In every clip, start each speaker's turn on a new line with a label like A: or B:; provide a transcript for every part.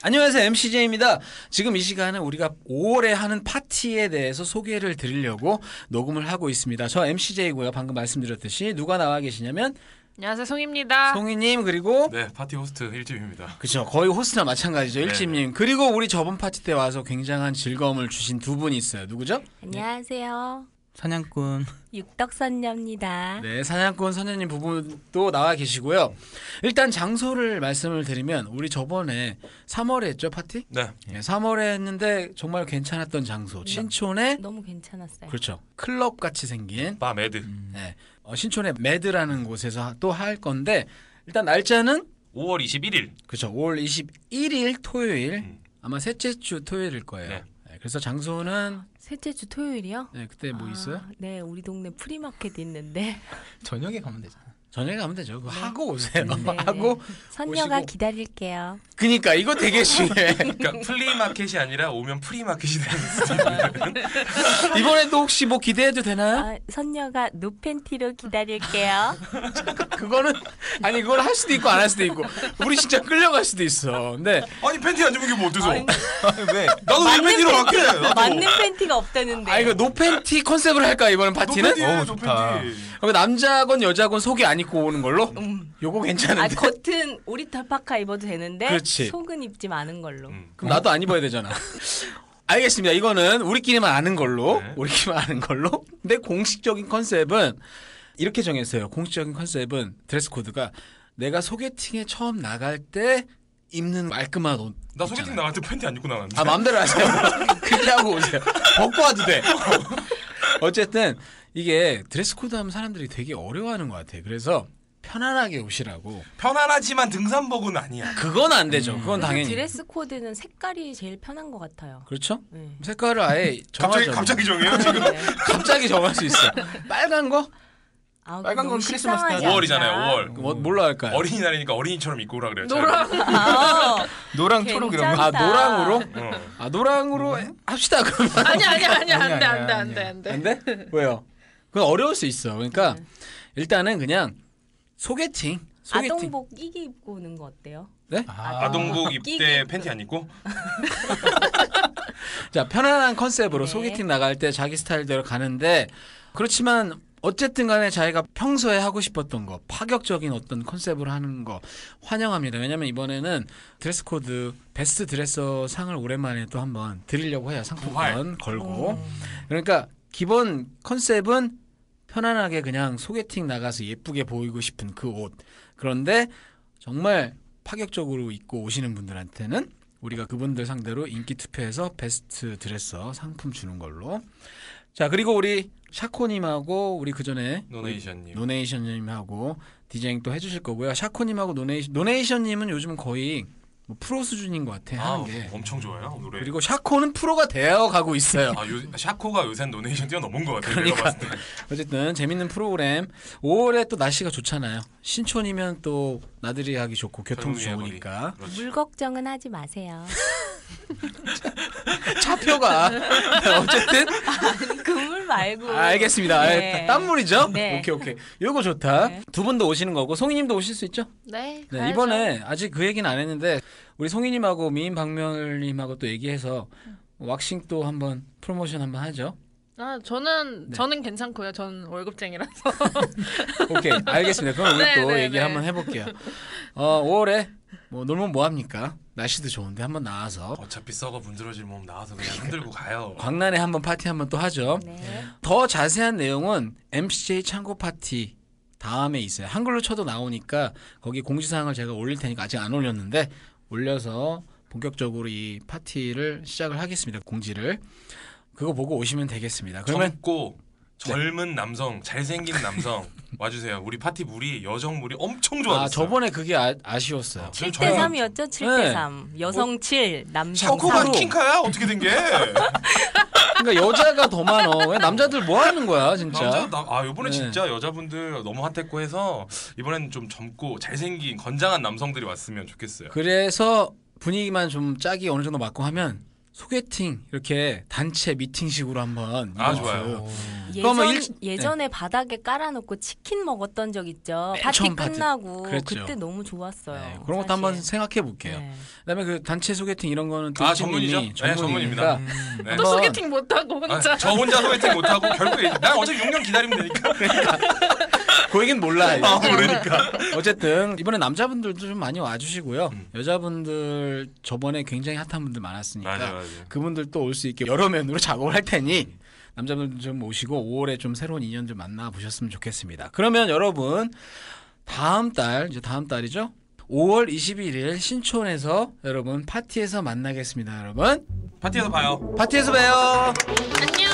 A: 안녕하세요. MCJ입니다. 지금 이 시간에 우리가 5월에 하는 파티에 대해서 소개를 드리려고 녹음을 하고 있습니다. 저 MCJ고요. 방금 말씀드렸듯이 누가 나와 계시냐면
B: 안녕하세요 송입니다.
A: 송이님 그리고
C: 네, 파티 호스트 일집입니다.
A: 그렇죠. 거의 호스트나 마찬가지죠.
C: 네.
A: 일집님. 그리고 우리 저번 파티 때 와서 굉장한 즐거움을 주신 두 분이 있어요. 누구죠?
D: 네. 안녕하세요.
E: 사냥꾼
D: 네. 육덕선녀입니다.
A: 네, 사냥꾼 선녀님 부부도 나와 계시고요. 일단 장소를 말씀을 드리면 우리 저번에 3월에 했죠, 파티?
C: 네,
A: 예, 3월에 했는데 정말 괜찮았던 장소.
E: 네.
A: 신촌에
D: 너무 괜찮았어요.
A: 네. 그렇죠. 클럽 같이 생긴
C: 바 매드
A: 예, 어, 신촌의 매드라는 곳에서 또 할 건데 일단 날짜는
C: 5월 21일.
A: 그렇죠. 5월 21일 토요일
C: 음.
A: 아마 셋째 주 토요일일 거예요.
C: 네.
A: 예, 그래서 장소는
D: 셋째 주 토요일이요?
A: 예, 그때 뭐
D: 아,
A: 있어요?
D: 네, 우리 동네 프리마켓 있는데
E: 저녁에 가면 되잖아.
A: 저녁에 가면 되죠. 그거 하고 오세요.
D: 네.
A: 하고
D: 선녀가
A: 오시고.
D: 기다릴게요.
A: 그니까 이거 되게 중요해.
C: 그러니까 플리마켓이 아니라 오면 프리마켓이 되는
A: 이번에도 혹시 뭐 기대해도 되나요?
D: 아, 선녀가 노팬티로 기다릴게요. 아.
A: 그거는 아니 그걸 할 수도 있고 안 할 수도 있고 우리 진짜 끌려갈 수도 있어. 근데
C: 아니 팬티 안 입은 게 뭐 어때서?
E: 왜?
C: 나도 왜 팬티로 바뀌래?
D: 맞는 팬티가 없다는데.
A: 아 이거 노팬티 컨셉으로 할까 이번엔 파티는?
E: 어우, 좋다.
A: 그럼 남자건 여자건 속이 안 입고 오는 걸로? 요거 괜찮은데.
D: 아, 겉은 오리털 파카 입어도 되는데
A: 그렇지.
D: 속은 입지 마는 걸로.
C: 음.
A: 그럼 나도 안 입어야 되잖아. 알겠습니다. 이거는 우리끼리만 아는 걸로,
C: 네.
A: 우리끼리만 아는 걸로. 근데 공식적인 컨셉은 이렇게 정했어요. 공식적인 컨셉은 드레스 코드가 내가 소개팅에 처음 나갈 때 입는 말끔한 옷.
C: 나 소개팅
A: 있잖아요.
C: 나갈 때 팬티 안 입고 나갔는데.
A: 아 마음대로 하세요. 그렇게 하고 오세요. 벗고 와도 돼. 어쨌든 이게 드레스 코드 하면 사람들이 되게 어려워하는 것 같아요. 그래서 편안하게 오시라고.
C: 편안하지만 등산복은 아니야.
A: 그건 안 되죠.
B: 음.
A: 그건 당연히.
D: 드레스 코드는 색깔이 제일 편한 것 같아요.
A: 그렇죠?
D: 네.
A: 색깔을 아예
C: 갑자기
A: 정하죠.
C: 갑자기 정해요 지금.
D: 네.
A: 갑자기 정할 수 있어. 빨간 거?
D: 아,
E: 빨간
D: 너무
E: 건 크리스마스
D: 식상하지
E: 때
C: 5월이잖아요.
D: 않나?
C: 5월.
A: 뭐, 뭘로 할까요?
C: 네. 어린이날이니까 어린이처럼 입고 오라 그래요. 잘.
B: 노랑
D: 아,
E: 노랑 초록 이런 거.
A: 아
D: 괜찮다.
A: 노랑으로?
C: 어.
A: 아 노랑으로 해- 합시다 그러면
B: 아니 아니
E: 아니,
B: 아니 안돼
E: 아니,
B: 안돼
E: 아니.
B: 안돼 안돼. 네.
A: 안 돼? 왜요? 그건 어려울 수 있어. 그러니까 일단은 그냥 소개팅. 소개팅.
D: 아동복 끼기 입고 오는 거 어때요?
A: 네?
E: 아,
C: 아동복 입대 팬티 안 입고?
A: 자 편안한 컨셉으로
D: 네.
A: 소개팅 나갈 때 자기 스타일대로 가는데 그렇지만 어쨌든 간에 자기가 평소에 하고 싶었던 거 파격적인 어떤 컨셉으로 하는 거 환영합니다. 왜냐면 이번에는 드레스 코드 베스트 드레서 상을 오랜만에 또 한번 드리려고 해요. 상품권 걸고 그러니까 기본 컨셉은 편안하게 그냥 소개팅 나가서 예쁘게 보이고 싶은 그 옷. 그런데 정말 파격적으로 입고 오시는 분들한테는 우리가 그분들 상대로 인기 투표해서 베스트 드레서 상품 주는 걸로. 자, 그리고 우리 샤코님하고 우리 그 전에
C: 노네이션님.
A: 노네이션님하고 디자인 또 해주실 거고요. 샤코님하고 노네이션, 노네이션님은 요즘 거의 뭐 프로 수준인 것 같아,
C: 아,
A: 하는 게.
C: 엄청 좋아요 노래.
A: 그리고 샤코는 프로가 되어 가고 있어요.
C: 아, 요, 샤코가 요새 노네이션 뛰어넘은 것 같아요. 내가 봤을 때.
A: 어쨌든 재밌는 프로그램 5월에 또 날씨가 좋잖아요. 신촌이면 또 나들이 하기 좋고 교통
C: 젊음의
A: 좋으니까
C: 거리. 그렇지.
D: 물 걱정은 하지 마세요.
A: 차표가 어쨌든
D: 그 물
B: 음.
D: 말고.
A: 알겠습니다.
D: 네.
A: 아, 땀물이죠?
D: 네.
A: 오케이 오케이. 요거 좋다.
D: 네.
A: 두 분도 오시는 거고 송이님도 오실 수 있죠?
B: 네.
A: 네,
B: 가야죠.
A: 이번에 아직 그 얘기는 안 했는데 우리 송이님하고 미인 박멸님하고 또 얘기해서 왁싱 또 한번 프로모션 한번 하죠.
B: 아 저는
A: 네.
B: 저는 괜찮고요. 전 월급쟁이라서.
A: 오케이 알겠습니다. 그럼 오늘
B: 네,
A: 또
B: 네,
A: 얘기
B: 네.
A: 를 한번 해볼게요. 어 5월에 뭐 놀면 뭐 합니까? 날씨도 좋은데 한번 나와서
C: 어차피 썩어 문드러질 몸 나와서 그냥 흔들고 가요.
A: 광란에 한번 파티 한번 또 하죠.
D: 네.
A: 더 자세한 내용은 MCJ 창고 파티 다음에 있어요. 한글로 쳐도 나오니까 거기 공지사항을 제가 올릴 테니까 아직 안 올렸는데 올려서 본격적으로 이 파티를 시작을 하겠습니다. 공지를 그거 보고 오시면 되겠습니다. 그러면
C: 젊고 젊은 남성, 잘생긴 남성 와주세요. 우리 파티 물이 여정 물이 엄청 좋아졌어요.
A: 아 저번에 그게 아, 아쉬웠어요.
C: 지금
D: 7대
C: 저희가
D: 3이었죠? 7대 3. 여성 7, 남성
C: 샤코가
A: 네.
D: 3.
A: 뭐, 샤코로.
C: 킹카야 어떻게 된 게?
A: 그러니까 여자가 더 많어. 왜 남자들 뭐 하는 거야
C: 남자
A: 진짜?
C: 나, 아 이번에
A: 네.
C: 진짜 여자분들 너무 핫했고 해서 이번에는 좀 젊고 잘생긴 네. 건장한 남성들이 왔으면 좋겠어요.
A: 그래서 분위기만 좀 짝이 어느 정도 맞고 하면 소개팅 이렇게 단체 미팅식으로 한번
C: 아,
A: 이벤트.
C: 좋아요.
A: 그거
D: 예전,
A: 뭐
D: 예전에 바닥에 깔아놓고 치킨 먹었던 적 있죠.
A: 맨
D: 파티
A: 처음 파티.
D: 끝나고
A: 그랬죠.
D: 그때 너무 좋았어요.
A: 네, 그런 것도 한번 생각해 볼게요.
D: 네.
A: 그다음에 그 단체 소개팅 이런 거는
C: 아, 전문이죠? 네, 전문입니다.
A: 전문이니까
C: 네.
B: 또
A: 한번-
B: 소개팅 못하고 혼자.
C: 아, 저 혼자 소개팅 못하고 결국 난 어차피 6년 기다리면 되니까
A: 그 얘기는 몰라요.
C: 그러니까
A: 네. 어쨌든 이번에 남자분들도 좀 많이 와주시고요.
C: 음.
A: 여자분들 저번에 굉장히 핫한 분들 많았으니까
C: 맞아 맞아
A: 그분들 또 올 수 있게 여러 면으로 작업을 할 테니 남자분들 좀 모시고 5월에 좀 새로운 인연들 만나 보셨으면 좋겠습니다. 그러면 여러분 다음 달 이제 다음 달이죠. 5월 21일 신촌에서 여러분 파티에서 만나겠습니다. 여러분
C: 파티에서 봐요
A: 파티에서 봬요.
B: 안녕.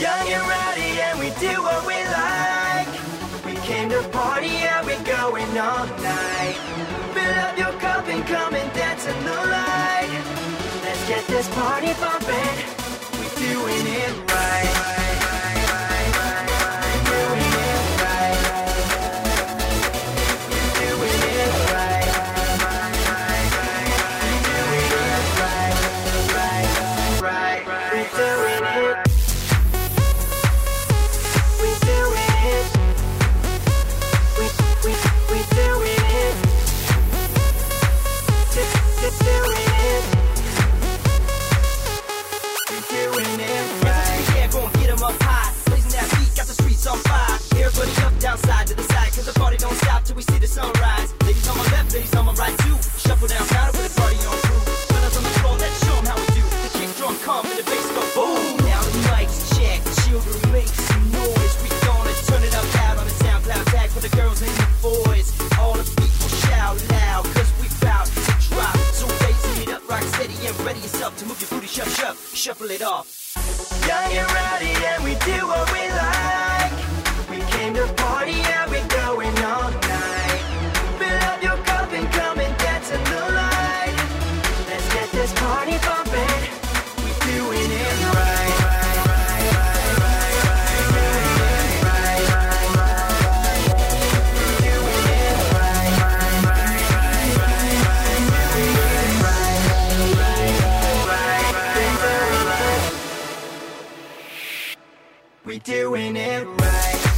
F: Young and rowdy and we do what we like. We came to party and we're going all night. Fill up your cup and come and dance in the light. Let's get this party bumping. We doing it right. Doing it right. Doing it right. Doing it right. Right. Right. We're doing it. We doing it. We we we doing it. Doing it. We doing it right.
G: Yeah, go and get 'em up high. Blazing that beat, got the streets on fire. Everybody jump down side to the side, cause the party don't stop till we see the sunrise. Ladies on my left, ladies on my right too. Shuffle down counter with the party on crew. Winners on the floor, let's show 'em how we do. The kick drum come and the bass go boom. Now the lights check, children make some noise. We gonna turn it up loud on the SoundCloud tag for the girls and the boys. All the people shout loud, cause we bout to drop. So raise it up, rock steady and ready yourself to move your booty, shuff, shuff, shuffle it off.
F: Young and rowdy and we do what we like. We came to party and we're going all night. Fill up your cup and come and dance in the light. Let's get this party bumping. We doing it right. We doing it right.